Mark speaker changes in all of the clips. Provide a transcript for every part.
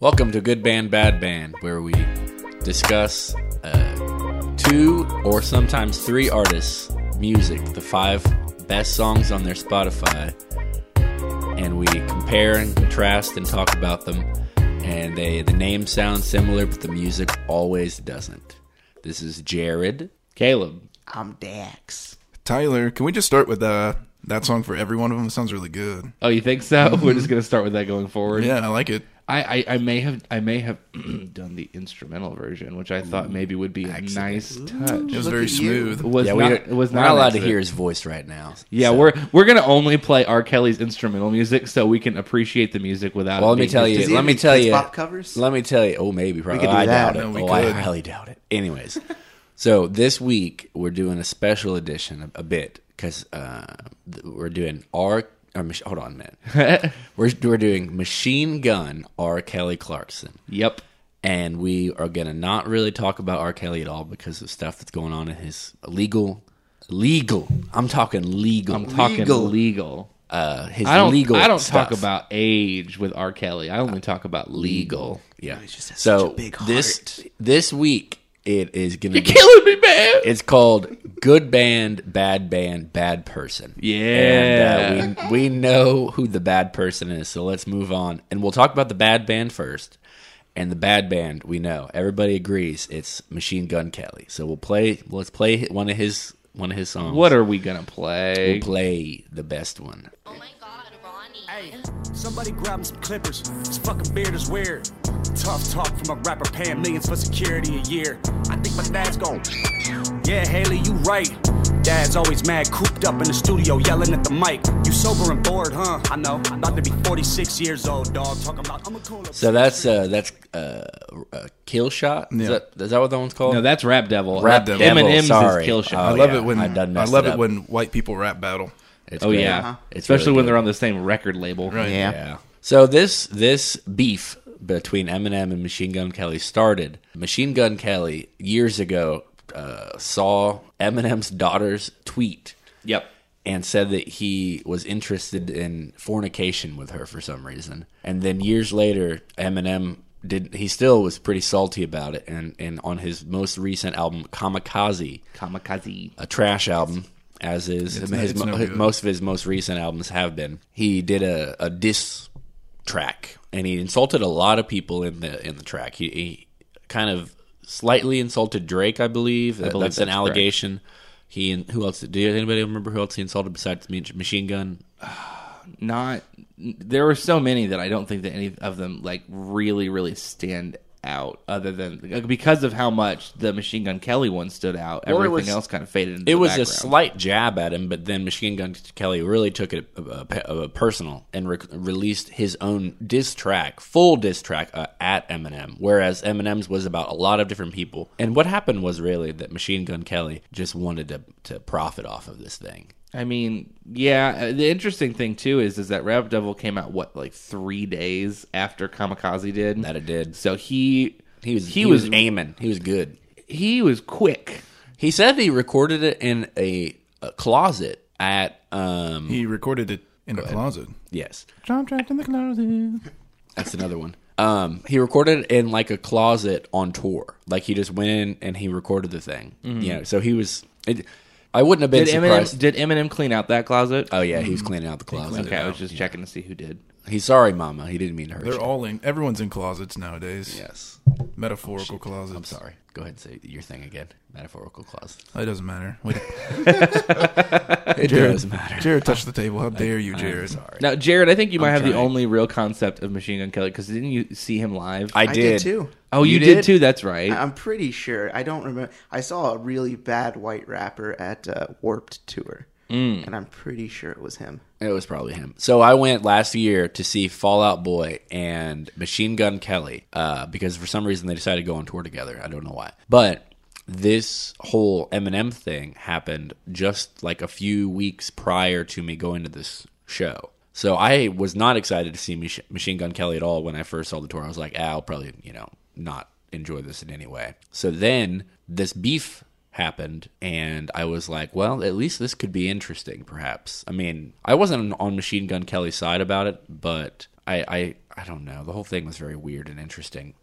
Speaker 1: Welcome to Good Band, Bad Band, where we discuss uh, two or sometimes three artists' music, the five best songs on their Spotify, and we compare and contrast and talk about them. And they the names sound similar, but the music always doesn't. This is Jared, Caleb,
Speaker 2: I'm Dax.
Speaker 3: Tyler, can we just start with uh, that song for every one of them? It sounds really good.
Speaker 4: Oh, you think so? We're
Speaker 1: Mm-hmm.
Speaker 4: just gonna start with that going forward.
Speaker 3: Yeah, I like it.
Speaker 4: I, I, I may have I may have done the instrumental version, which I
Speaker 1: Mm,
Speaker 4: thought maybe would be a nice touch.
Speaker 3: It
Speaker 2: Look
Speaker 3: was very
Speaker 2: at you.
Speaker 3: smooth.
Speaker 4: Was
Speaker 1: yeah,
Speaker 4: not,
Speaker 1: we,
Speaker 4: it was
Speaker 1: we're
Speaker 4: not,
Speaker 1: not
Speaker 4: an
Speaker 1: allowed to
Speaker 4: accident.
Speaker 1: hear his voice right now.
Speaker 4: Yeah,
Speaker 1: so-
Speaker 4: we're we're gonna only play R. Kelly's instrumental music, so we can appreciate the music without.
Speaker 1: Well, let
Speaker 4: it
Speaker 1: me
Speaker 4: being
Speaker 1: tell
Speaker 4: just-
Speaker 1: you.
Speaker 2: Does he
Speaker 1: Let
Speaker 2: have
Speaker 1: me
Speaker 2: any
Speaker 1: tell
Speaker 2: Kids
Speaker 1: you.
Speaker 2: Bop covers?
Speaker 1: Let me tell you. Oh, maybe probably.
Speaker 2: could do
Speaker 1: I
Speaker 2: that.
Speaker 1: doubt it.
Speaker 3: No, we
Speaker 1: oh, I
Speaker 3: could.
Speaker 1: highly doubt it. Anyways, so this week we're doing a special edition a, a bit because uh, th- we're doing R. uh, mach- hold on a minute. we're we're doing Machine Gun R. Kelly Clarkson,
Speaker 4: Yep.
Speaker 1: and we are gonna not really talk about R. Kelly at all because of stuff that's going on in his legal. Legal. I'm talking legal.
Speaker 4: I'm talking legal.
Speaker 1: Uh, his
Speaker 4: I don't.
Speaker 1: legal.
Speaker 4: I don't
Speaker 1: stuff. Mm.
Speaker 4: talk about age with R. Kelly. I only talk about legal.
Speaker 1: Yeah.
Speaker 2: just has
Speaker 1: so
Speaker 2: such a big
Speaker 1: this this week it is gonna be
Speaker 4: Killing me, man.
Speaker 1: it's called Good Band, Bad Band, Bad Person.
Speaker 4: Yeah.
Speaker 1: And uh, we we know who the bad person is, so let's move on. And we'll talk about the bad band first. And the bad band, we know. Everybody agrees it's Machine Gun Kelly. So we'll play let's play one of his one of his songs.
Speaker 4: What are we gonna play?
Speaker 1: we'll play the best one.
Speaker 5: Oh my god, Ronnie.
Speaker 6: Hey, somebody grab him some clippers. This fucking beard is weird. Tough talk from a rapper paying millions for security a year. I think my dad's gone. Yeah, Haley, you right. Dad's always mad, cooped up in the studio, yelling at the mic. You sober and bored, huh? I know. I'm about to be 46 years old, dog. Talking about I'm a cool.
Speaker 1: So that's uh that's uh, uh Kill Shot. Is,
Speaker 3: Yeah.
Speaker 1: that, is that what that one's called?
Speaker 4: No, that's Rap Devil.
Speaker 1: Rap
Speaker 4: Uh,
Speaker 1: Devil,
Speaker 4: Eminem's
Speaker 1: sorry.
Speaker 4: is Kill Shot.
Speaker 1: Oh,
Speaker 3: I love
Speaker 1: yeah.
Speaker 3: it when
Speaker 1: I done
Speaker 3: I
Speaker 1: messed
Speaker 3: love
Speaker 1: it
Speaker 3: it,
Speaker 1: up.
Speaker 3: when white people rap battle.
Speaker 1: It's
Speaker 4: oh
Speaker 1: great. Uh-huh.
Speaker 4: yeah,
Speaker 1: It's really
Speaker 4: especially when
Speaker 1: good.
Speaker 4: they're on the same record label.
Speaker 3: Right.
Speaker 2: Yeah.
Speaker 1: Yeah. So this this beef between Eminem and Machine Gun Kelly started. Machine Gun Kelly years ago uh, saw Eminem's daughter's tweet
Speaker 4: Yep.
Speaker 1: and said that he was interested in fornication with her for some reason. And then years later, Eminem did. He still was pretty salty about it. And and on his most recent album, Kamikaze,
Speaker 4: Kamikaze.
Speaker 1: a trash album, as is his,
Speaker 3: it's no
Speaker 1: his-
Speaker 3: good.
Speaker 1: most of his most recent albums have been. He did a, a diss track, and he insulted a lot of people in the in the track. He, he kind of slightly insulted Drake, I believe. That-
Speaker 4: believe
Speaker 1: that's an
Speaker 4: that's correct.
Speaker 1: allegation. He and who else? Do you- anybody remember who else he insulted besides me- Machine Gun?
Speaker 4: Not. There were so many that I don't think that any of them like really, really stand out. Other than because of how much the Machine Gun Kelly one stood out,
Speaker 1: it
Speaker 4: everything
Speaker 1: was-
Speaker 4: else kind of faded. Into
Speaker 1: It
Speaker 4: the
Speaker 1: was a
Speaker 4: background.
Speaker 1: slight jab at him, but then Machine Gun Kelly really took it uh, uh, pe- uh, personal and re- released his own diss track, full diss track uh, at Eminem, whereas Eminem's was about a lot of different people. And what happened was really that Machine Gun Kelly just wanted to, to profit off of this thing.
Speaker 4: I mean, yeah. uh, The interesting thing too is is that Rap Devil came out what like three days after Kamikaze did.
Speaker 1: That it did.
Speaker 4: So he
Speaker 1: He was
Speaker 4: he, was,
Speaker 1: aiming. He was good.
Speaker 4: he was quick.
Speaker 1: He said he recorded it in a, a closet at um
Speaker 3: He recorded it in a closet.
Speaker 1: yes.
Speaker 3: John trapped in the closet.
Speaker 1: That's another one. Um, he recorded it in like a closet on tour. Like he just went in and he recorded the thing. You know, so he was. It, I wouldn't have been
Speaker 4: Did
Speaker 1: surprised.
Speaker 4: Eminem did Eminem clean out that closet?
Speaker 1: oh yeah, he was cleaning out the closet.
Speaker 4: okay, I was just checking to see who did.
Speaker 1: He's sorry, Mama. He didn't mean to hurt
Speaker 3: They're
Speaker 1: you.
Speaker 3: all in. Everyone's in closets nowadays.
Speaker 1: yes.
Speaker 3: Metaphorical closets.
Speaker 1: I'm sorry. Go ahead and say your thing again. Metaphorical closet.
Speaker 3: It doesn't matter. Wait,
Speaker 1: It
Speaker 3: Jared-
Speaker 1: does matter.
Speaker 3: Jared touched the table. How dare you, Jared?
Speaker 1: Sorry.
Speaker 4: Now, Jared, I think you might have the
Speaker 1: trying.
Speaker 4: only real concept of Machine Gun Kelly because didn't you see him live?
Speaker 1: I
Speaker 2: I
Speaker 1: did.
Speaker 2: did too.
Speaker 4: oh, you,
Speaker 1: You
Speaker 4: did?
Speaker 1: did? Uh,
Speaker 4: too. That's right.
Speaker 2: I'm pretty sure. I don't remember. I saw a really bad white rapper at uh, Warped Tour,
Speaker 4: Mm.
Speaker 2: and I'm pretty sure it was him.
Speaker 1: It was probably him. So I went last year to see Fallout Boy and Machine Gun Kelly uh, because for some reason they decided to go on tour together. I don't know why. But this whole Eminem thing happened just like a few weeks prior to me going to this show. So I was not excited to see Mach- Machine Gun Kelly at all when I first saw the tour. I was like, ah, I'll probably, you know, not enjoy this in any way. So then this beef happened and I was like, well, at least this could be interesting perhaps. I mean, I wasn't on Machine Gun Kelly's side about it, but I I I don't know. The whole thing was very weird and interesting.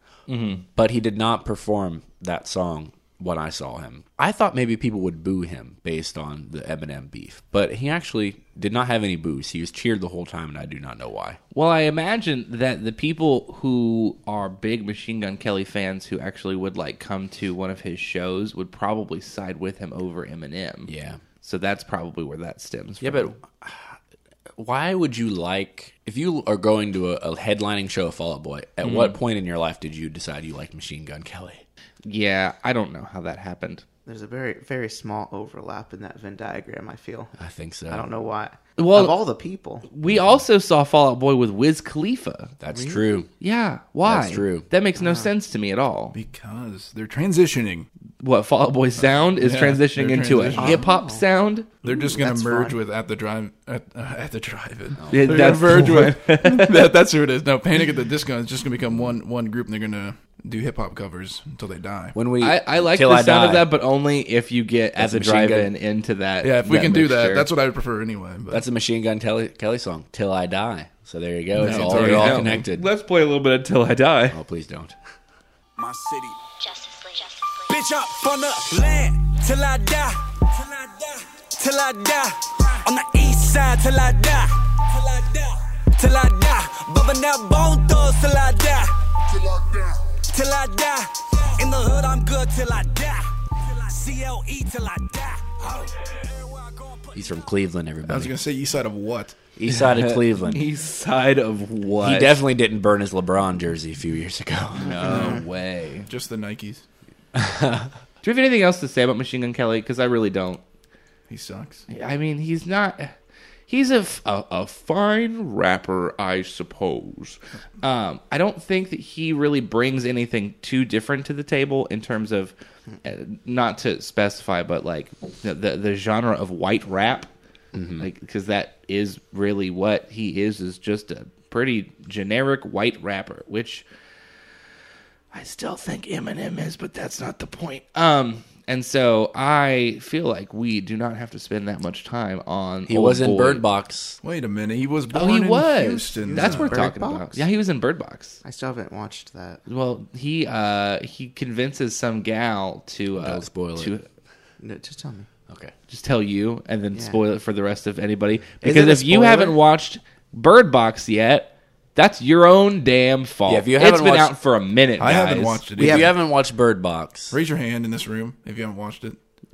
Speaker 1: But he did not perform that song when I saw him. I thought maybe people would boo him based on the Eminem beef, but he actually did not have any boos. He was cheered the whole time, and I do not know why.
Speaker 4: Well, I imagine that the people who are big Machine Gun Kelly fans who actually would like come to one of his shows would probably side with him over Eminem.
Speaker 1: Yeah.
Speaker 4: So that's probably where that stems from.
Speaker 1: Yeah, but uh, why would you like if you are going to a, a headlining show of Fall Out Boy? At what point in your life did you decide you liked Machine Gun Kelly?
Speaker 4: yeah, I don't know how that happened.
Speaker 2: There's a very very small overlap in that Venn diagram. I feel.
Speaker 1: I think so.
Speaker 2: I don't know why.
Speaker 4: Well-
Speaker 2: of all the people,
Speaker 4: We also saw Fallout Boy with Wiz Khalifa.
Speaker 1: That's true.
Speaker 4: Yeah, why?
Speaker 1: That's true. Ah.
Speaker 4: That makes no sense to me at all.
Speaker 3: Because they're transitioning.
Speaker 4: What Fallout Boy sound is
Speaker 3: Yeah,
Speaker 4: transitioning
Speaker 3: they're
Speaker 4: into a
Speaker 3: transitioning.
Speaker 4: hip
Speaker 1: Oh.
Speaker 4: hop sound?
Speaker 3: They're just going
Speaker 2: that's
Speaker 3: to merge
Speaker 2: fine.
Speaker 3: with at the drive at, uh, at the drive-in.
Speaker 4: Yeah,
Speaker 3: They're gonna
Speaker 4: that's the
Speaker 3: merge
Speaker 4: one.
Speaker 3: with that, that's who it is. No, Panic at the Disco is just going to become one one group, and they're going to do hip hop covers until they die.
Speaker 1: When we,
Speaker 4: I, I like the
Speaker 1: Till
Speaker 4: sound of
Speaker 1: Die.
Speaker 4: that, but only if you get at
Speaker 1: That's
Speaker 4: the
Speaker 1: Machine
Speaker 4: drive-in
Speaker 1: Gun.
Speaker 4: into that.
Speaker 3: yeah, if we
Speaker 4: that
Speaker 3: can do that,
Speaker 4: mixture.
Speaker 3: that's what I would prefer anyway. But
Speaker 1: That's a Machine Gun Kelly, Kelly song, "Till I Die." So there you go. It's
Speaker 3: it's
Speaker 1: all,
Speaker 3: already
Speaker 1: they're all
Speaker 3: out.
Speaker 1: connected.
Speaker 4: Let's play a little bit until I die.
Speaker 1: Oh, please don't.
Speaker 6: My city.
Speaker 5: Justice League.
Speaker 6: Bitch up from the land till I die. Till I die. Till I die. On the east side till I die. Till I die. Till I die. Bubbing that bone thugs till I die. Till I die. Till I die. In the hood I'm good till I die. Till I CLE till I die. Oh. Everywhere I go, I'm putting-
Speaker 1: He's from Cleveland,
Speaker 3: I was
Speaker 1: everybody.
Speaker 3: going to say east side of what?
Speaker 1: East side of Cleveland. He
Speaker 4: East side of what?
Speaker 1: definitely didn't burn his LeBron jersey a few years ago.
Speaker 4: no way.
Speaker 3: Just the Nikes.
Speaker 4: Do you have anything else to say about Machine Gun Kelly? Because I really don't.
Speaker 3: He sucks.
Speaker 4: I mean, he's not. He's a, f- a- a fine rapper, I suppose. Um, I don't think that he really brings anything too different to the table in terms of, uh, not to specify, but like the the, the genre of white rap, like because that is really what he is is just a pretty generic white rapper, which I still think Eminem is, but that's not the point. Um, and so I feel like we do not have to spend that much time on.
Speaker 1: He
Speaker 4: Old
Speaker 1: was in
Speaker 4: Oh, Boy.
Speaker 1: Bird Box.
Speaker 3: Wait a minute. He was born
Speaker 4: Oh, he
Speaker 3: in
Speaker 4: was.
Speaker 3: Houston.
Speaker 4: That's what we're
Speaker 3: Uh,
Speaker 4: talking
Speaker 2: Box?
Speaker 4: about. Yeah, he was in Bird Box.
Speaker 2: I still haven't watched that.
Speaker 4: Well, he uh he convinces some gal to uh,
Speaker 1: Don't spoil it.
Speaker 4: to
Speaker 2: No, just tell me.
Speaker 1: Okay.
Speaker 4: just tell you and then
Speaker 2: Yeah.
Speaker 4: spoil it for the rest of anybody
Speaker 1: it
Speaker 4: because
Speaker 1: a
Speaker 4: if you
Speaker 1: spoiler?
Speaker 4: haven't watched Bird Box yet, that's your own damn fault.
Speaker 1: Yeah, if you
Speaker 4: it's
Speaker 1: haven't
Speaker 4: been
Speaker 1: watched-
Speaker 4: out for a minute.
Speaker 3: I haven't
Speaker 4: guys.
Speaker 3: watched it.
Speaker 1: If
Speaker 3: either.
Speaker 1: you haven't watched Bird Box,
Speaker 3: Raise your hand in this room if you haven't watched it.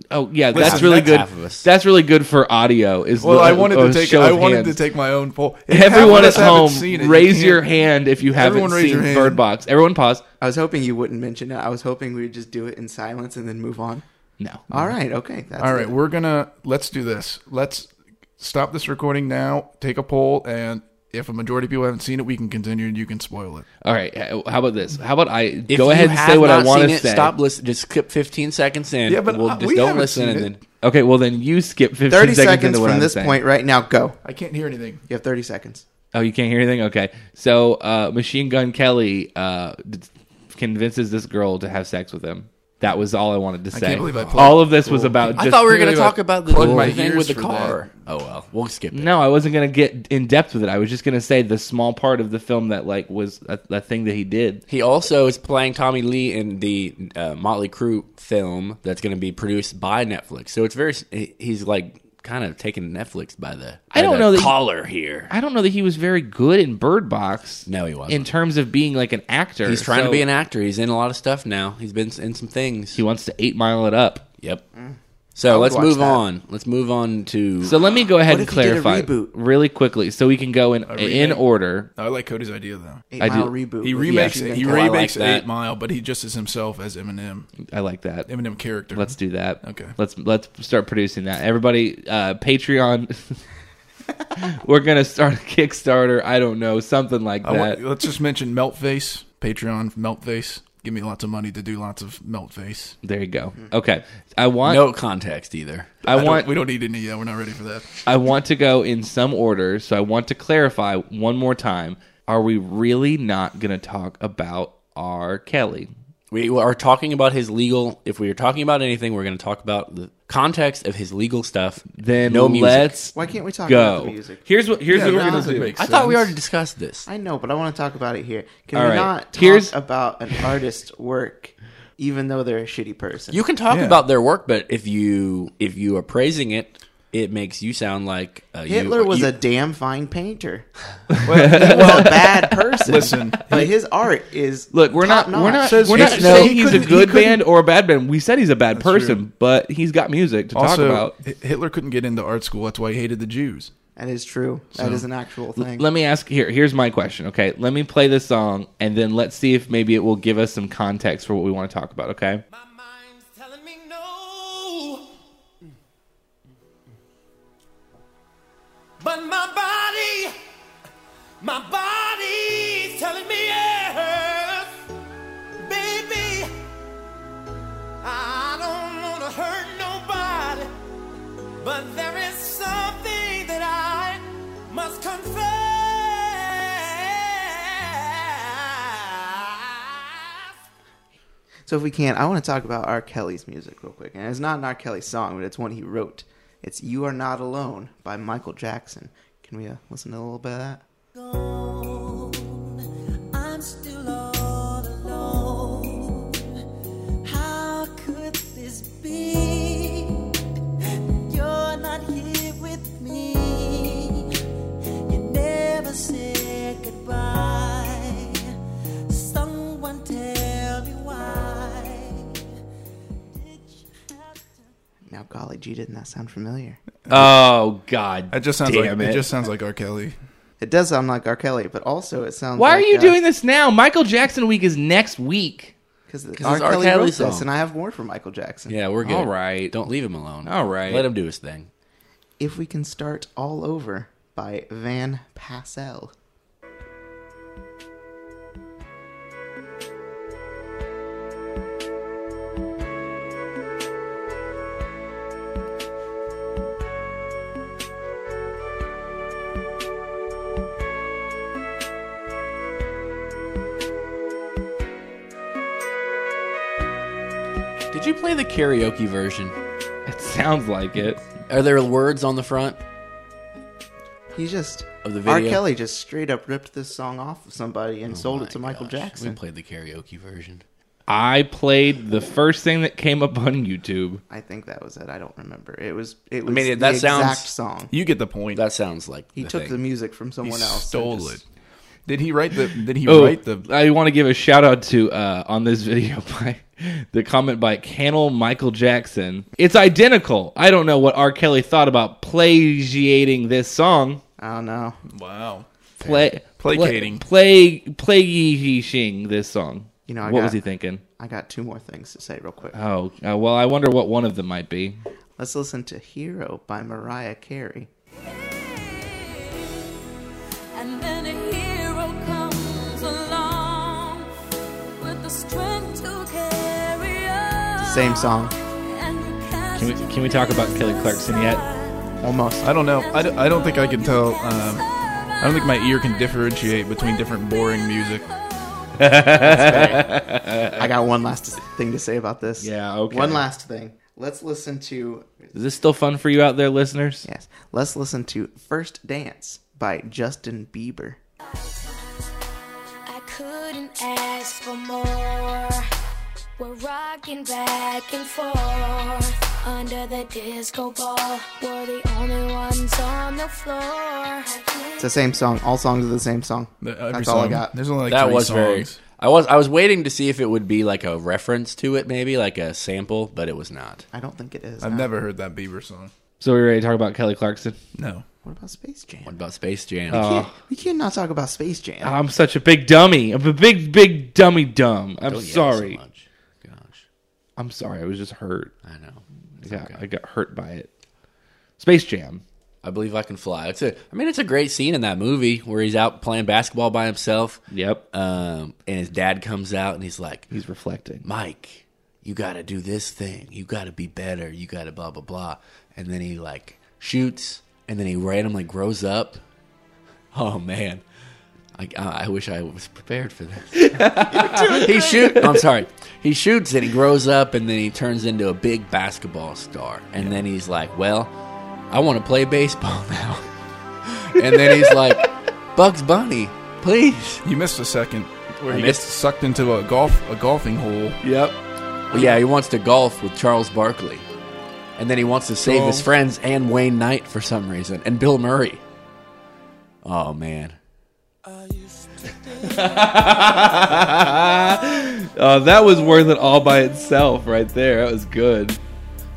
Speaker 4: Oh yeah,
Speaker 3: Listen,
Speaker 4: that's really
Speaker 3: that's
Speaker 4: good.
Speaker 1: half of us.
Speaker 4: That's really good for audio. Is
Speaker 3: Well,
Speaker 4: the-
Speaker 3: I wanted
Speaker 4: a
Speaker 3: to take.
Speaker 4: show
Speaker 3: I
Speaker 4: of
Speaker 3: wanted
Speaker 4: hands.
Speaker 3: to take my own poll. If half
Speaker 4: Everyone
Speaker 3: of
Speaker 4: at
Speaker 3: us haven't
Speaker 4: home,
Speaker 3: seen it, you
Speaker 4: raise
Speaker 3: can't-
Speaker 4: your hand if you haven't
Speaker 3: Everyone raise
Speaker 4: seen
Speaker 3: your hand.
Speaker 4: Bird Box. Everyone pause.
Speaker 2: I was hoping you wouldn't mention it. I was hoping we'd just do it in silence and then move on.
Speaker 4: No.
Speaker 2: All right, okay. That's
Speaker 3: All right,
Speaker 2: it.
Speaker 3: we're gonna let's do this. Let's stop this recording now. Take a poll, and if a majority of people haven't seen it, we can continue, and you can spoil it.
Speaker 4: All right. How about this? How about I
Speaker 1: if
Speaker 4: go
Speaker 1: you
Speaker 4: ahead and
Speaker 1: have
Speaker 4: say what I
Speaker 1: not
Speaker 4: want
Speaker 1: seen
Speaker 4: to
Speaker 1: it,
Speaker 4: say?
Speaker 1: Stop listening. Just skip 15 seconds in.
Speaker 3: Yeah, but,
Speaker 1: we'll
Speaker 3: uh,
Speaker 1: just
Speaker 3: we
Speaker 1: don't
Speaker 3: haven't
Speaker 1: listen.
Speaker 3: seen
Speaker 1: And
Speaker 3: it.
Speaker 1: then
Speaker 4: Okay. Well, then you skip fifteen
Speaker 2: 30
Speaker 4: seconds,
Speaker 2: seconds
Speaker 4: into what
Speaker 2: from
Speaker 4: I'm
Speaker 2: this
Speaker 4: saying.
Speaker 2: point right now. Go.
Speaker 3: I can't hear anything.
Speaker 2: You have 30 seconds.
Speaker 4: Oh, you can't hear anything? Okay. So, uh, Machine Gun Kelly uh, d- convinces this girl to have sex with him. That was all I wanted to say.
Speaker 3: can't believe I played-
Speaker 4: all of this was about just.
Speaker 1: I thought we were going
Speaker 3: really
Speaker 1: to
Speaker 3: about
Speaker 1: talk about the
Speaker 3: plug
Speaker 1: whole
Speaker 3: my
Speaker 1: thing
Speaker 3: ears
Speaker 1: with the
Speaker 3: for
Speaker 1: car. Oh well, we'll skip it.
Speaker 4: No, I wasn't going to get in depth with it. I was just going to say the small part of the film that like was a, a thing that he did.
Speaker 1: He also is playing Tommy Lee in the uh, Motley Crue film that's going to be produced by Netflix. So it's very he- he's like kind of taking Netflix by the
Speaker 4: I
Speaker 1: by
Speaker 4: don't
Speaker 1: the
Speaker 4: know that-
Speaker 1: collar here.
Speaker 4: I don't know that he was very good in Bird Box.
Speaker 1: No, he wasn't.
Speaker 4: In terms of being like an actor,
Speaker 1: He's trying to
Speaker 4: So
Speaker 1: be an actor. He's in a lot of stuff now. He's been in some things.
Speaker 4: He wants to eight mile it up.
Speaker 1: Yep. So let's
Speaker 2: watch
Speaker 1: move
Speaker 2: that.
Speaker 1: on. Let's move on to
Speaker 4: So let me go ahead
Speaker 2: What
Speaker 4: and
Speaker 2: if he did a
Speaker 4: clarify
Speaker 2: reboot?
Speaker 4: really quickly, so we can go in in
Speaker 3: remake?
Speaker 4: order.
Speaker 3: I like Cody's idea though.
Speaker 2: Eight
Speaker 4: I
Speaker 2: Mile
Speaker 4: do-
Speaker 2: reboot.
Speaker 3: He
Speaker 2: with
Speaker 3: remakes
Speaker 2: Machine
Speaker 3: it.
Speaker 2: Gun
Speaker 3: He
Speaker 2: Kelly.
Speaker 1: I like
Speaker 3: remakes
Speaker 1: that.
Speaker 3: Eight Mile, but he just is himself as Eminem,
Speaker 4: I like that.
Speaker 3: Eminem character.
Speaker 4: Let's do that.
Speaker 3: Okay.
Speaker 4: Let's let's start producing that. Everybody, uh, Patreon. We're gonna start a Kickstarter. I don't know, something like
Speaker 3: I
Speaker 4: that.
Speaker 3: want, let's just mention Meltface Patreon Meltface. Give me lots of money to do lots of Meltface.
Speaker 4: there you go. Okay. I want.
Speaker 1: no context either.
Speaker 4: I,
Speaker 3: I
Speaker 4: want.
Speaker 3: don't, we don't need any. Yeah, we're not ready for that.
Speaker 4: I want to go in some order. So I want to clarify one more time. Are we really not gonna talk about R. Kelly?
Speaker 1: We are talking about his legal. If we are talking about anything, we're going to talk about the context of his legal stuff,
Speaker 4: Then
Speaker 1: no music.
Speaker 4: let's
Speaker 2: Why can't we talk
Speaker 4: go.
Speaker 2: about the music?
Speaker 4: Here's what here's
Speaker 3: Yeah,
Speaker 4: what
Speaker 3: the
Speaker 4: we're gonna
Speaker 3: music
Speaker 4: do.
Speaker 3: makes
Speaker 1: I thought we
Speaker 3: sense.
Speaker 1: already discussed this.
Speaker 2: I know, but I want to talk about it here. Can
Speaker 4: All
Speaker 2: we
Speaker 4: right.
Speaker 2: not talk
Speaker 4: Here's-
Speaker 2: about an artist's work, even though they're a shitty person?
Speaker 1: You can talk
Speaker 3: Yeah.
Speaker 1: about their work, but if you if you are praising it, it makes you sound like uh, you-
Speaker 2: Hitler was
Speaker 1: you-
Speaker 2: a damn fine painter. well, he was a bad person.
Speaker 3: Listen.
Speaker 2: but his art is
Speaker 4: Look, we're not,
Speaker 2: top-notch.
Speaker 4: we're not
Speaker 3: Says
Speaker 4: we're not
Speaker 3: he-
Speaker 4: saying
Speaker 3: no, he
Speaker 4: he's a
Speaker 3: couldn't- he
Speaker 4: good
Speaker 3: couldn't-
Speaker 4: band or a bad band. We said he's a bad
Speaker 3: true.
Speaker 4: person, but he's got music to
Speaker 3: Also,
Speaker 4: talk about.
Speaker 3: Hi- Hitler couldn't get into art school. That's why he hated the Jews.
Speaker 2: That is true. That is an actual thing.
Speaker 4: Let me ask here. Here's my question. Okay, let me play this song, and then let's see if maybe it will give us some context for what we want to talk about. Okay.
Speaker 5: My mind's telling me no. But my body, my body's telling me yes. Baby, I don't want to hurt nobody. But there is something that I must confess.
Speaker 2: So if we can, I want to talk about R. Kelly's music real quick. And it's not an R. Kelly song, but it's one he wrote. It's "You Are Not Alone" by Michael Jackson. Can we uh, listen to a little bit of that?
Speaker 5: I'm still all alone. How could this be? You're not here with me. You never said goodbye. Someone tell me why. Did you have to?
Speaker 2: Now, golly gee, didn't that sound familiar?
Speaker 4: Oh God.
Speaker 3: That just sounds
Speaker 4: Damn
Speaker 3: like
Speaker 4: it.
Speaker 3: it. just sounds like R. Kelly.
Speaker 2: It does sound like R. Kelly, but also it sounds. uh,
Speaker 4: Why are you doing this now? Michael Jackson week is next week.
Speaker 2: Because
Speaker 1: it's
Speaker 2: R.
Speaker 1: R.
Speaker 2: Kelly
Speaker 1: Kelly
Speaker 2: wrote
Speaker 1: song.
Speaker 2: this, and I have more for Michael Jackson.
Speaker 1: yeah, we're good.
Speaker 4: All right.
Speaker 1: don't leave him alone.
Speaker 4: All right.
Speaker 1: let him do his thing.
Speaker 2: If we can start all over by Van Passel.
Speaker 1: Did you play the karaoke version?
Speaker 4: It sounds like it.
Speaker 1: Are there words on the front?
Speaker 2: He just
Speaker 1: Of the
Speaker 2: R.
Speaker 1: video? Oh
Speaker 2: Kelly just straight up ripped this song off of somebody and sold it to Michael
Speaker 1: Gosh, We
Speaker 2: Jackson.
Speaker 1: played the karaoke version.
Speaker 4: I played the first thing that came up on YouTube.
Speaker 2: I think that was it. I don't remember. It was. It was
Speaker 1: mean,
Speaker 2: the
Speaker 1: that sounds-
Speaker 2: exact song.
Speaker 3: You get the point.
Speaker 1: That sounds like
Speaker 2: He took the
Speaker 1: thing.
Speaker 2: music from
Speaker 3: he
Speaker 2: someone else.
Speaker 3: stole it. Did he write the? Did he
Speaker 4: Oh,
Speaker 3: write the?
Speaker 4: I want to give a shout out to uh, on this video by the comment by Cannel Michael Jackson. It's identical. I don't know what R. Kelly thought about plagiating this song.
Speaker 2: I don't know.
Speaker 3: Wow.
Speaker 4: Play,
Speaker 3: Placating.
Speaker 4: play, plagiating this song.
Speaker 2: You know, I
Speaker 4: what
Speaker 2: got-
Speaker 4: was he thinking?
Speaker 2: I got two more things to say real quick.
Speaker 4: Oh, uh, well, I wonder what one of them might be.
Speaker 2: Let's listen to "Hero" by Mariah Carey.
Speaker 5: And then a hero comes along with the strength to carry on.
Speaker 2: Same song,
Speaker 5: Can
Speaker 4: Can we can we talk about Kelly Clarkson yet?
Speaker 2: almost.
Speaker 3: I don't know. I don't, I don't think I can tell. Um, I don't think my ear can differentiate between different boring music.
Speaker 2: I got one last thing to say about this.
Speaker 4: Yeah, okay.
Speaker 2: One last thing. Let's listen to
Speaker 4: Is this still fun for you out there, listeners?
Speaker 2: yes. Let's listen to "First Dance" by Justin Bieber.
Speaker 7: I couldn't ask for more. We're rocking back and forth under the disco ball. We're the only ones on the floor.
Speaker 2: It's the same song. All songs are the same song.
Speaker 3: The- every
Speaker 2: That's all I
Speaker 3: song.
Speaker 2: got.
Speaker 3: There's only like
Speaker 1: that
Speaker 3: three
Speaker 1: was
Speaker 3: songs.
Speaker 1: very. I was I was waiting to see if it would be like a reference to it, maybe like a sample, but it was not.
Speaker 2: I don't think it is. Uh,
Speaker 3: I've
Speaker 2: no.
Speaker 3: never heard that Bieber song.
Speaker 4: So we ready to talk about Kelly Clarkson?
Speaker 3: No.
Speaker 2: What about Space
Speaker 1: What Uh,
Speaker 2: Jam?
Speaker 1: about Space Jam?
Speaker 2: Can't- we can't not talk about Space Jam.
Speaker 4: I'm such a big dummy. I'm a big, big dummy dumb.
Speaker 1: Don't
Speaker 4: I'm
Speaker 1: yell Oh, so
Speaker 4: sorry.
Speaker 1: much. Gosh,
Speaker 4: I'm sorry. I was just hurt.
Speaker 1: I know.
Speaker 4: Yeah, I got hurt by it. Space Jam.
Speaker 1: I believe I can fly. It's a. I mean, it's a great scene in that movie where he's out playing basketball by himself.
Speaker 4: Yep.
Speaker 1: Um, and his dad comes out and he's like,
Speaker 4: Uh, He's reflecting.
Speaker 1: Mike, you got to do this thing. You got to be better. You got to blah blah blah. And then he like shoots, and then he randomly grows up. Oh man, Like uh, I wish I was prepared for this. he shoot. I'm sorry. He shoots and he grows up and then he turns into a big basketball star. And then he's like, "Well, I want to play baseball now." and then he's like, "Bugs Bunny, please."
Speaker 3: You missed a second where
Speaker 1: I
Speaker 3: he
Speaker 1: missed-
Speaker 3: gets sucked into a golf a golfing hole.
Speaker 1: Yep. Well, yeah, he wants to golf with Charles Barkley. And then he wants to save his
Speaker 3: Golf.
Speaker 1: friends and Wayne Knight for some reason and Bill Murray. Oh man.
Speaker 4: Uh, that was worth it all by itself, right there. That was good.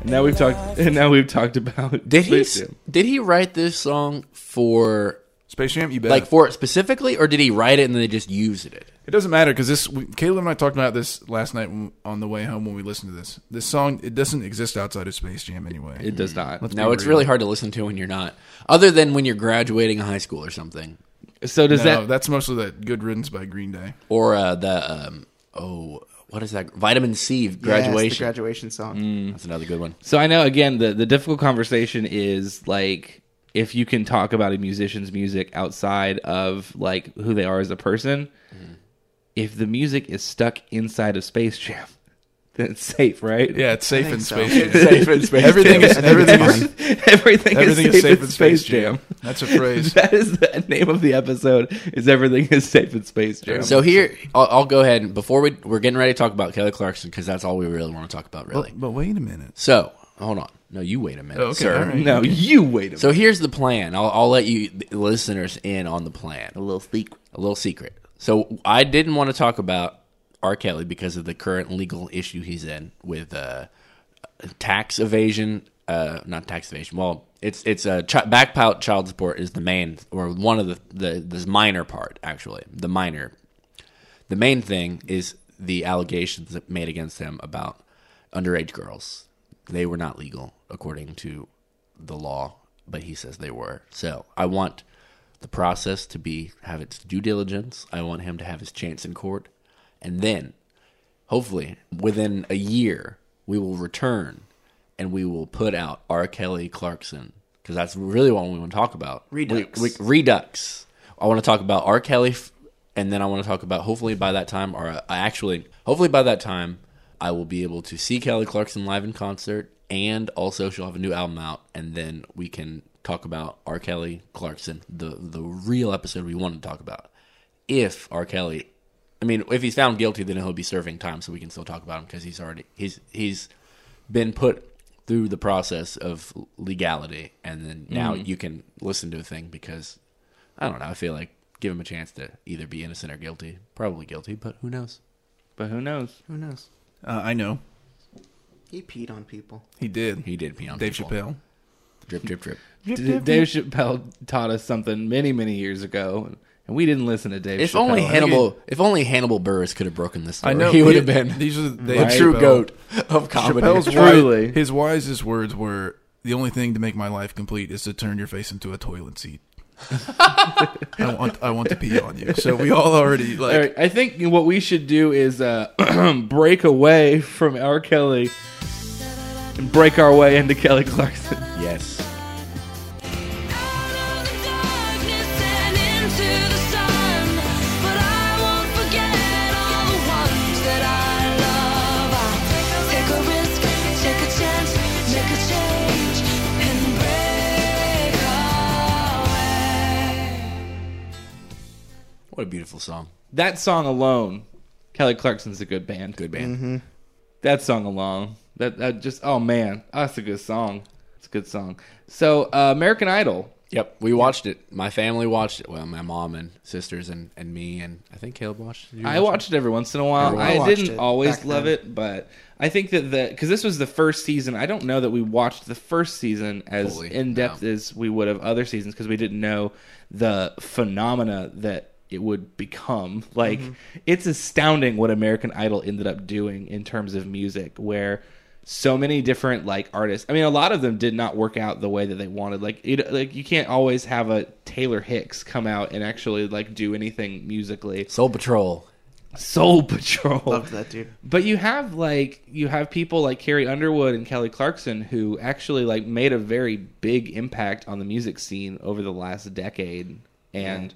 Speaker 4: And now we've talked. And now we've talked about.
Speaker 1: Did he
Speaker 4: Space Jam.
Speaker 1: did he write this song for
Speaker 3: Space Jam, you bet.
Speaker 1: like for it specifically, or did he write it and then they just used it?
Speaker 3: It doesn't matter because this. We, Caleb and I talked about this last night when- on the way home when we listened to this. This song it doesn't exist outside of Space Jam anyway.
Speaker 4: It does not.
Speaker 1: No, it's really hard to listen to when you're not, other than when you're graduating high school or something,
Speaker 4: So does
Speaker 3: no,
Speaker 4: that?
Speaker 3: that's mostly that "Good Riddance" by Green Day.
Speaker 1: or uh, the um, oh, what is that? Vitamin C
Speaker 2: Yes, the
Speaker 1: graduation. Mm.
Speaker 2: graduation song.
Speaker 1: That's another good one.
Speaker 4: So I know again the the difficult conversation is like if you can talk about a musician's music outside of like who they are as a person.
Speaker 1: Mm-hmm.
Speaker 4: If the music is stuck inside of Space Jam, then it's safe, right?
Speaker 3: Yeah, it's safe
Speaker 2: think
Speaker 3: in
Speaker 2: so.
Speaker 3: Space Jam.
Speaker 1: Safe in space.
Speaker 3: everything is everything
Speaker 2: it's
Speaker 3: is
Speaker 4: everything,
Speaker 3: everything is safe in Space Jam.
Speaker 4: Jam.
Speaker 3: That's a phrase.
Speaker 4: That is the name of the episode. Is everything is safe in Space Jam?
Speaker 1: So here, I'll, I'll go ahead and before we we're getting ready to talk about Kelly Clarkson because that's all we really want to talk about, really.
Speaker 3: But, but wait a minute.
Speaker 1: so hold on. No, you wait a minute,
Speaker 3: Okay,
Speaker 1: sir.
Speaker 3: all right.
Speaker 4: no, you wait a
Speaker 1: So here's the plan. I'll, I'll let you the listeners in on the plan. A little secret. A little secret. So I didn't want to talk about R. Kelly because of the current legal issue he's in with uh, tax evasion. Uh, not tax evasion. Well, it's it's a ch- back pout child support is the main or one of the the this minor part actually the minor. The main thing is the allegations that made against him about underage girls. They were not legal according to the law, but he says they were. So I want the process to be have its due diligence. I want him to have his chance in court, and then hopefully within a year we will return and we will put out R. Kelly Clarkson because that's really what we want to talk about.
Speaker 2: Redux.
Speaker 1: We- we- redux. I want to talk about R. Kelly, f- and then I want to talk about hopefully by that time, or uh, actually, hopefully by that time, I will be able to see Kelly Clarkson live in concert, and also she'll have a new album out, and then we can talk about R. Kelly Clarkson, the the real episode we want to talk about. If R. Kelly I mean, if he's found guilty, then he'll be serving time, so we can still talk about him because he's already he's he's been put through the process of legality, and then now
Speaker 3: Mm-hmm.
Speaker 1: you can listen to a thing because I don't know. I feel like give him a chance to either be innocent or guilty. Probably guilty, but who knows?
Speaker 4: But who knows?
Speaker 2: Who knows?
Speaker 3: Uh, I know
Speaker 2: He peed on people.
Speaker 3: he did.
Speaker 1: He did pee on
Speaker 3: Dave
Speaker 1: people.
Speaker 3: Chappelle.
Speaker 1: Drip, drip, drip.
Speaker 4: D- Dave Chappelle taught us something many, many years ago, and- and we didn't listen to Dave.
Speaker 1: If
Speaker 4: Chappelle.
Speaker 1: only
Speaker 4: I think
Speaker 1: Hannibal, if only Hannibal Burris could have broken this story,
Speaker 3: I know
Speaker 1: he would have been
Speaker 3: These are Dave
Speaker 1: the true
Speaker 3: Chappelle.
Speaker 1: goat of comedy.
Speaker 3: Chappelle's
Speaker 4: Truly.
Speaker 3: wi- his wisest words were, "The only thing to make my life complete is to turn your face into a toilet seat." I want, I want to pee on you. So we all already like.
Speaker 4: All right, I think what we should do is uh, break away from R. Kelly and break our way into Kelly Clarkson.
Speaker 1: Yes. What a beautiful song.
Speaker 4: That song alone, Kelly Clarkson's a good band.
Speaker 1: Good band.
Speaker 4: That song alone, that, that just oh man, oh, that's a good song. It's a good song. So uh, American Idol.
Speaker 1: Yep, we watched it. My family watched it. Well, my mom and sisters and, and me and I think Caleb watched it. Did you
Speaker 4: I
Speaker 1: watch
Speaker 4: watched it every once in a while.
Speaker 2: I
Speaker 4: I,
Speaker 2: watched
Speaker 4: didn't
Speaker 2: it
Speaker 4: always
Speaker 2: back
Speaker 4: love
Speaker 2: then.
Speaker 4: it, but I think that the because this was the first season. I don't know that we watched the first season as
Speaker 1: Fully,
Speaker 4: in depth
Speaker 1: no.
Speaker 4: as we would have other seasons because we didn't know the phenomena that it would become. Like
Speaker 2: Mm-hmm.
Speaker 4: it's astounding what American Idol ended up doing in terms of music, where so many different like artists. I mean, a lot of them did not work out the way that they wanted. Like, it, like you can't always have a Taylor Hicks come out and actually like do anything musically.
Speaker 1: Soul Patrol.
Speaker 4: Soul Patrol.
Speaker 1: Oh.
Speaker 2: Loved that dude.
Speaker 4: But you have like you have people like Carrie Underwood and Kelly Clarkson who actually like made a very big impact on the music scene over the last decade and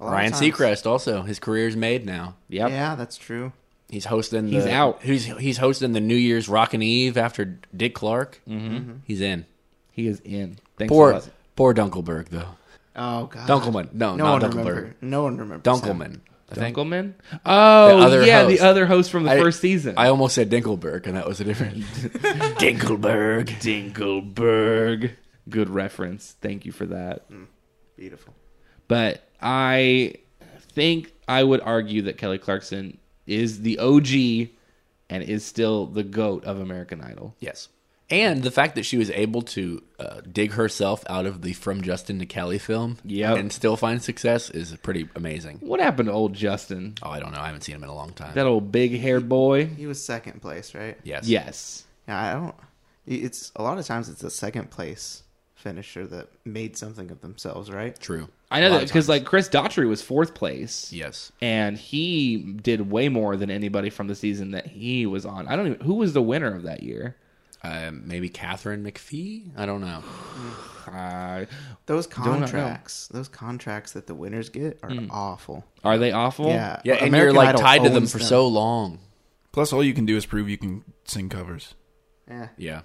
Speaker 2: A lot of
Speaker 1: Ryan
Speaker 2: times.
Speaker 1: Seacrest also his career's made now.
Speaker 4: Yep.
Speaker 2: Yeah, that's true.
Speaker 1: He's hosting. The,
Speaker 4: He's out.
Speaker 1: He's he's hosting the New Year's Rockin' Eve after Dick Clark. Mm-hmm. He's in.
Speaker 4: He is in. Thanks a
Speaker 1: Poor
Speaker 4: lot.
Speaker 1: poor Dunkelberg though.
Speaker 2: Oh God.
Speaker 1: Dunkelman. No,
Speaker 2: no
Speaker 1: not
Speaker 2: one
Speaker 1: Dunkelberg.
Speaker 2: remember. No one remembers. him.
Speaker 1: Dunkelman. I think.
Speaker 4: Dunkelman? Oh,
Speaker 1: The other
Speaker 4: yeah,
Speaker 1: host.
Speaker 4: the other host from the
Speaker 1: I-
Speaker 4: first season.
Speaker 1: I almost said Dinkelberg, and that was a different Dinkelberg.
Speaker 4: Dinkelberg. Good reference. Thank you for that.
Speaker 2: Beautiful.
Speaker 4: But I think I would argue that Kelly Clarkson is the OG and is still the goat of American Idol.
Speaker 1: Yes. And the fact that she was able to uh, dig herself out of the From Justin to Kelly film
Speaker 4: Yep.
Speaker 1: and still find success is pretty amazing.
Speaker 4: What happened to old Justin?
Speaker 1: Oh, I don't know. I haven't seen him in a long time.
Speaker 4: That old big haired boy?
Speaker 2: He was second place, right?
Speaker 1: yes.
Speaker 4: Yes.
Speaker 2: Yeah, I don't. It's a lot of times it's the second place finisher that made something of themselves, right?
Speaker 1: True.
Speaker 4: I
Speaker 1: A
Speaker 4: know
Speaker 1: lot
Speaker 4: that
Speaker 1: of
Speaker 4: because
Speaker 1: times.
Speaker 4: like Chris Daughtry was fourth place.
Speaker 1: Yes.
Speaker 4: And he did way more than anybody from the season that he was on. I don't even who was the winner of that year.
Speaker 1: Uh, maybe Catherine McPhee? I don't know.
Speaker 4: Uh,
Speaker 2: Those
Speaker 4: know. Hmm.
Speaker 2: contracts, those contracts that the winners get are awful.
Speaker 4: are they awful?
Speaker 2: Yeah,
Speaker 1: Yeah, and you're
Speaker 2: American
Speaker 1: like
Speaker 2: Idol
Speaker 1: tied to them
Speaker 2: owns
Speaker 1: for so long.
Speaker 3: Plus, all you can do is prove you can sing covers.
Speaker 2: Yeah.
Speaker 1: Yeah.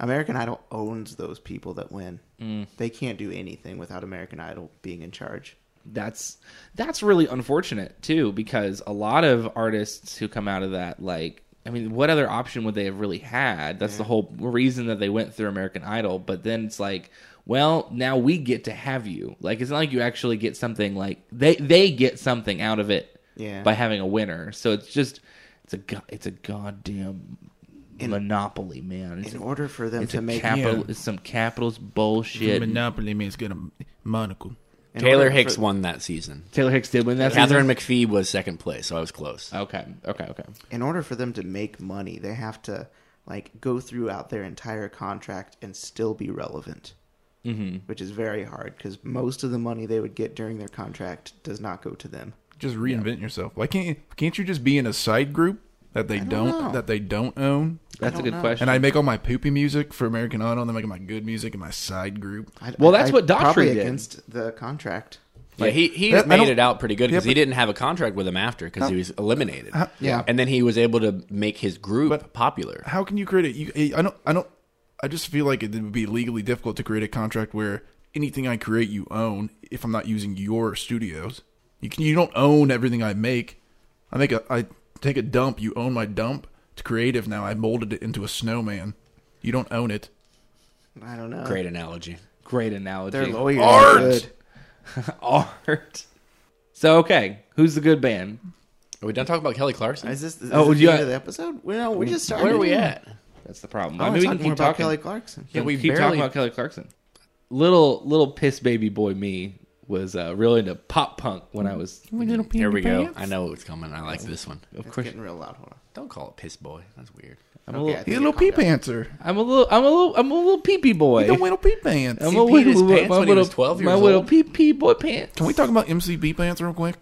Speaker 2: American Idol owns those people that win.
Speaker 4: Mm.
Speaker 2: They can't do anything without American Idol being in charge.
Speaker 4: that's that's really unfortunate too because a lot of artists who come out of that like i mean what other option would they have really had that's the whole reason that they went through american idol but then it's like well now we get to have you like it's not like you actually get something like they they get something out of it
Speaker 2: Yeah.
Speaker 4: by having a winner so it's just it's a go- it's a goddamn monopoly man it's,
Speaker 2: In order for them
Speaker 4: it's
Speaker 2: to
Speaker 4: a
Speaker 2: make
Speaker 4: capital
Speaker 3: Yeah.
Speaker 4: it's some capitalist bullshit
Speaker 3: Monopoly means get a monocle.
Speaker 2: in
Speaker 1: Taylor
Speaker 2: order for-
Speaker 1: Hicks won that season.
Speaker 4: taylor hicks did win that
Speaker 1: Catherine
Speaker 4: season?
Speaker 1: McPhee was second place, so I was close.
Speaker 4: okay okay okay
Speaker 2: in order for them to make money, they have to like go throughout their entire contract and still be relevant, mm-hmm. which is very hard because most of the money they would get during their contract does not go to them.
Speaker 3: Just reinvent yourself. Why can't can't you just be in a side group that they don't,
Speaker 2: know.
Speaker 3: that they don't own?
Speaker 4: that's a
Speaker 2: don't
Speaker 4: good
Speaker 2: know.
Speaker 4: question
Speaker 3: And I make all my poopy music for American Idol, and then make my good music in my side group.
Speaker 2: I-
Speaker 4: Well,
Speaker 2: I-
Speaker 4: that's
Speaker 2: I-
Speaker 4: what Daughtry
Speaker 2: probably
Speaker 4: did.
Speaker 2: against the contract.
Speaker 1: yeah, he, he
Speaker 3: that- I
Speaker 1: made
Speaker 3: don't-
Speaker 1: it out pretty good
Speaker 3: Yeah,
Speaker 1: because he
Speaker 3: but-
Speaker 1: didn't have a contract with him after because he was eliminated.
Speaker 2: yeah.
Speaker 1: and then he was able to make his group
Speaker 3: But-
Speaker 1: popular.
Speaker 3: How can you create it? You, I don't. I don't. I just feel like it would be legally difficult to create a contract where anything I create you own if I'm not using your studios. You can. You don't own everything I make. I make a. I take a dump. You own my dump. It's creative now. I molded it into a snowman. You don't own it.
Speaker 2: I don't know.
Speaker 1: Great analogy.
Speaker 4: Great analogy.
Speaker 2: Their lawyers are good.
Speaker 4: Art. So okay, who's the good band?
Speaker 1: Are we done talking about Kelly Clarkson?
Speaker 2: Is this, is
Speaker 4: Oh,
Speaker 2: this the
Speaker 4: yeah.
Speaker 2: end of the episode? Well, no, Mm. we just started.
Speaker 1: Where are we at?
Speaker 4: That's the problem.
Speaker 2: I
Speaker 4: I
Speaker 2: want
Speaker 4: mean,
Speaker 2: to
Speaker 4: we
Speaker 2: talk
Speaker 4: can
Speaker 2: more
Speaker 4: keep
Speaker 2: about
Speaker 4: talking.
Speaker 2: Kelly Clarkson.
Speaker 1: Yeah, we
Speaker 4: we keep
Speaker 1: barely-
Speaker 4: talking about Kelly Clarkson. Little little piss baby boy me was uh, really into pop punk when I was.
Speaker 1: Here we go. I know it's coming. I like this one.
Speaker 4: Of
Speaker 2: It's
Speaker 4: course,
Speaker 2: getting real loud. Hold on.
Speaker 1: Don't call it piss boy. That's weird.
Speaker 4: I'm a
Speaker 2: Okay, I
Speaker 4: little.
Speaker 2: think
Speaker 3: He's a
Speaker 2: it
Speaker 3: little
Speaker 2: calmed
Speaker 3: pee
Speaker 2: down.
Speaker 3: pantser.
Speaker 4: I'm a little. I'm a little. I'm a little pee pee boy.
Speaker 3: Don't wear no pee pants.
Speaker 4: I'm
Speaker 1: He
Speaker 4: a
Speaker 1: peed his
Speaker 4: little.
Speaker 1: pants
Speaker 4: my
Speaker 1: when he
Speaker 4: little,
Speaker 1: was 12
Speaker 4: my
Speaker 1: years
Speaker 4: little
Speaker 1: old.
Speaker 4: pee pee boy pants.
Speaker 3: Can we talk about MCB pants real quick?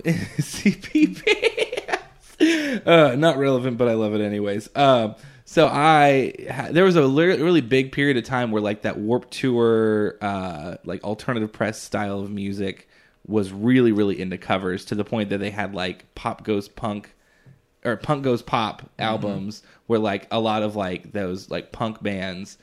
Speaker 4: CP. uh, not relevant, but I love it anyways. Um, so I ha- there was a li- really big period of time where like that Warp Tour, uh, like alternative press style of music was really really into covers to the point that they had like pop goes punk or punk goes
Speaker 3: Mm-hmm.
Speaker 4: pop albums where like a lot of like those like punk bands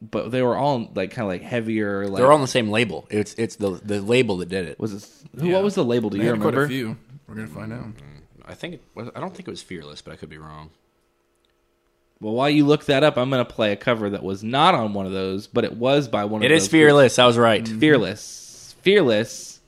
Speaker 4: but they were all like kind of like heavier like
Speaker 1: They're all on the same label. It's it's the the label that did it.
Speaker 4: was it, who what was the label do
Speaker 3: They
Speaker 4: you
Speaker 3: had quite
Speaker 4: remember
Speaker 3: a few. We're gonna find out.
Speaker 1: I think it was, I don't think it was Fearless, but I could be wrong.
Speaker 4: Well, while you look that up, I'm going to play a cover that was not on one of those, but it was by one of
Speaker 1: It
Speaker 4: those.
Speaker 1: is Fearless. I was right.
Speaker 4: groups. Fearless. Fearless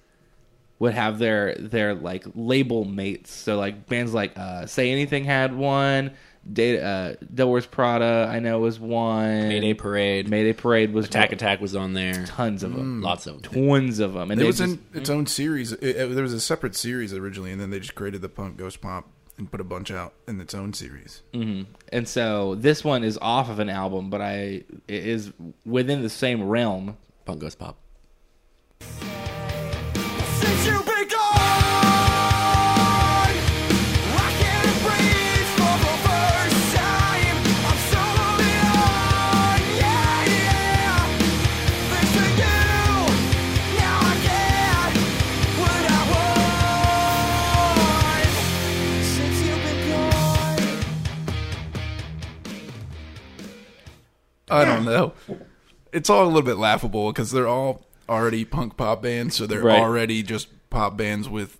Speaker 4: would have their their like label mates. So like bands like uh, Say Anything had one, Data uh Devil Wears Prada, I know was one.
Speaker 1: Mayday Mm. Parade,
Speaker 4: Mayday Parade was
Speaker 1: Attack
Speaker 4: one.
Speaker 1: Attack was on there.
Speaker 4: tons of them.
Speaker 1: Lots of them.
Speaker 4: Tons of them. And
Speaker 3: It
Speaker 4: they
Speaker 3: was
Speaker 4: just-
Speaker 3: in its own series. It, it- there was a separate series originally, and then they just created the punk ghost pop and put a bunch out in its own series.
Speaker 4: Mm. and so this one is off of an album, but I it is within the same realm.
Speaker 1: Punk goes pop.
Speaker 6: Since you've been gone, I can't breathe for the first time. I'm so alone, yeah, yeah. Thanks to you, now I get what I want.
Speaker 3: I don't know. It's all a little bit laughable because they're all already punk pop bands, so they're
Speaker 4: Right.
Speaker 3: already just pop bands with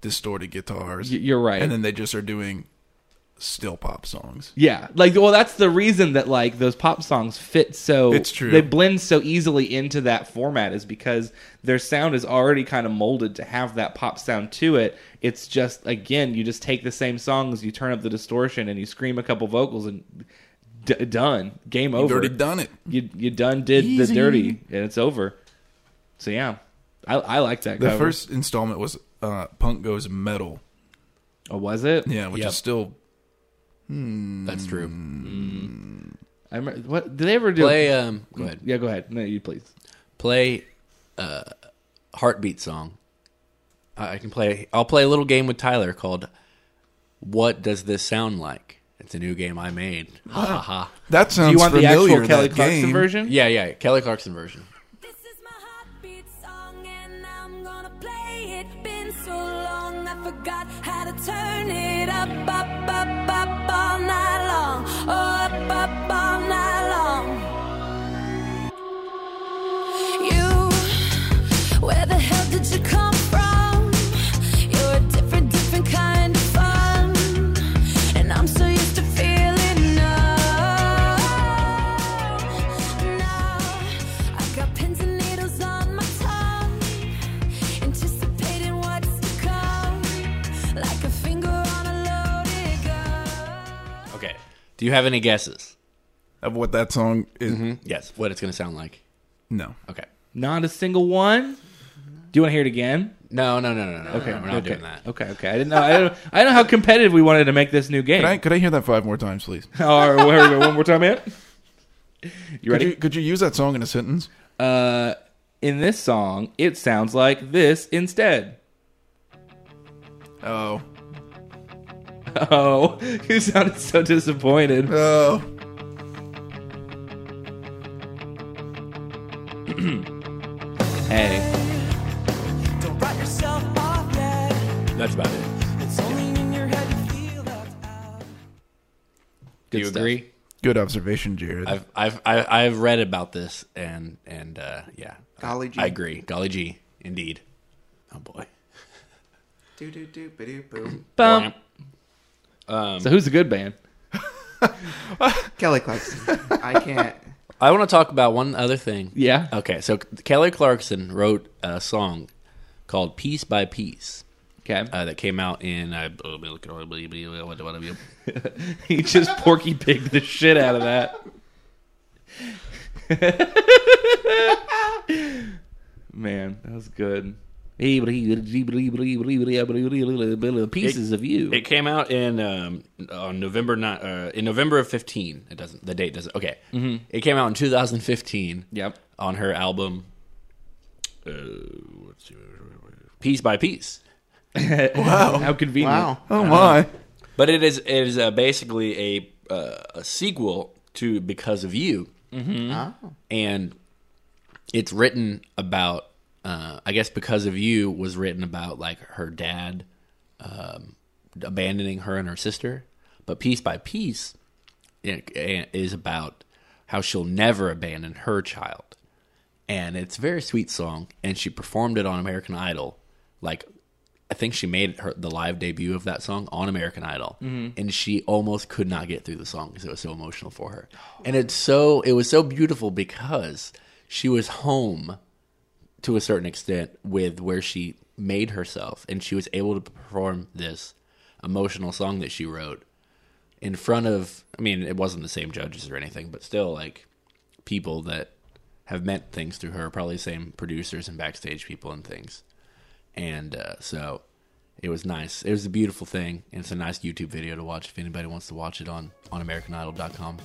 Speaker 3: distorted guitars.
Speaker 4: Y- you're right.
Speaker 3: And then they just are doing still pop songs.
Speaker 4: Yeah, like well, that's the reason that like those pop songs fit so.
Speaker 3: It's true.
Speaker 4: They blend so easily into that format is because their sound is already kind of molded to have that pop sound to it. It's just again, you just take the same songs, you turn up the distortion, and you scream a couple vocals, and d- done. Game
Speaker 3: You've
Speaker 4: over.
Speaker 3: already done it.
Speaker 4: You you done did
Speaker 3: Easy.
Speaker 4: the dirty, and it's over. So yeah, I I like that.
Speaker 3: The
Speaker 4: cover.
Speaker 3: first installment was uh, Punk Goes Metal.
Speaker 4: oh, was it?
Speaker 3: Yeah, which
Speaker 1: Yep.
Speaker 3: is still
Speaker 1: That's true.
Speaker 4: I remember, what did they ever do?
Speaker 1: Play um go ahead.
Speaker 4: Yeah, go ahead. No, you please.
Speaker 1: Play uh heartbeat song. I I can play I'll play a little game with Tyler called What Does This Sound Like? It's a new game I made. Ha ha ha.
Speaker 3: that sounds
Speaker 4: Do you want the
Speaker 3: familiar.
Speaker 4: actual Kelly
Speaker 3: that
Speaker 4: Clarkson
Speaker 3: game.
Speaker 4: version?
Speaker 1: Yeah, yeah, Kelly Clarkson version.
Speaker 5: This is my heartbeat song, and I'm gonna play it. Been so long, I forgot how to turn it up, up, up, up all night long. Oh, up, up all night long. You, where the hell did you come from? You're a different, different kind of fun, and I'm so used to feeling numb. Now I got pins and needles on my tongue, anticipating what's to come, like a finger on a loaded gun.
Speaker 1: Okay. Do you have any guesses?
Speaker 3: of what that song is.
Speaker 1: Yes. What it's gonna sound like?
Speaker 3: No,
Speaker 1: Okay.
Speaker 4: Not a single one. Do you want to hear it again?
Speaker 1: No, no, no, no, no. Okay, we're not
Speaker 4: okay.
Speaker 1: doing that.
Speaker 4: Okay, okay. I didn't know. I don't. I don't know how competitive we wanted to make this new game.
Speaker 3: could I could I hear that five more times, please?
Speaker 4: or where we go one more time, man. You
Speaker 3: Could
Speaker 4: ready?
Speaker 3: you, could you use that song in a sentence?
Speaker 4: Uh, in this song, it sounds like this instead.
Speaker 3: Oh,
Speaker 4: Oh, you sounded so disappointed.
Speaker 3: oh,
Speaker 4: Hey,
Speaker 8: Don't write yourself off yet.
Speaker 1: That's about it.
Speaker 8: It's only in your head you feel left out.
Speaker 1: Do
Speaker 4: Good
Speaker 1: you
Speaker 4: stuff.
Speaker 1: agree?
Speaker 3: good observation, Jared.
Speaker 1: I've I've I- I've read about this and and uh, yeah.
Speaker 2: Golly G.
Speaker 1: I agree. Golly G, indeed. Oh boy.
Speaker 2: Do do do ba-do, boom.
Speaker 4: bump. so who's the good band?
Speaker 2: Kelly Clarkson. I can't.
Speaker 1: I want to talk about one other thing.
Speaker 4: Yeah.
Speaker 1: Okay, so Kelly Clarkson wrote a song called "Piece by Piece"
Speaker 4: Okay.
Speaker 1: uh, that came out in. I okay,
Speaker 4: he just Porky Pig the shit out of that. Man, that was good. Pieces of you.
Speaker 1: it came out in um, on November ni- uh, in November of fifteen. It doesn't. The date doesn't. Okay, it came out in two thousand fifteen.
Speaker 4: Yep.
Speaker 1: on her album uh, let's see, piece by piece
Speaker 4: How convenient.
Speaker 2: Wow.
Speaker 3: oh my!
Speaker 1: but it is it is uh, basically a uh, a sequel to because of you and it's written about uh, i guess because of you was written about like her dad um, abandoning her and her sister but piece by piece it, it is about how she'll never abandon her child and it's a very sweet song and she performed it on american idol like i think she made her the live debut of that song on american idol and she almost could not get through the song because it was so emotional for her and it's so it was so beautiful because she was home to a certain extent with where she made herself and she was able to perform this emotional song that she wrote in front of i mean it wasn't the same judges or anything but still like people that have meant things through her probably the same producers and backstage people and things and uh, so it was nice it was a beautiful thing and it's a nice youtube video to watch if anybody wants to watch it on on americanidol.com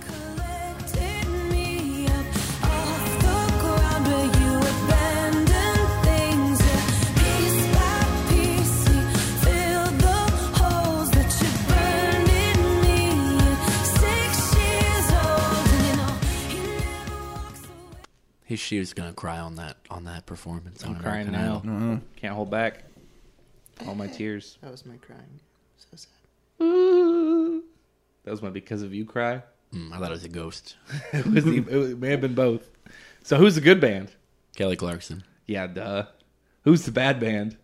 Speaker 5: Collected me up off the ground where you abandoned things. Piece by piece, we filled the holes that you burned in me. Six years old, and you know he never walks away.
Speaker 1: his she was gonna cry on that on that performance on
Speaker 4: Crying
Speaker 1: American
Speaker 4: now.
Speaker 1: Idol.
Speaker 2: Mm-hmm.
Speaker 4: Can't hold back. All my tears.
Speaker 2: That was my crying. So sad.
Speaker 4: That was my because of you cry.
Speaker 1: Mm, I thought it was a ghost.
Speaker 4: it, was the, it was- it may have been both. So who's the good band?
Speaker 1: Kelly Clarkson.
Speaker 4: Yeah, duh. Who's the bad band?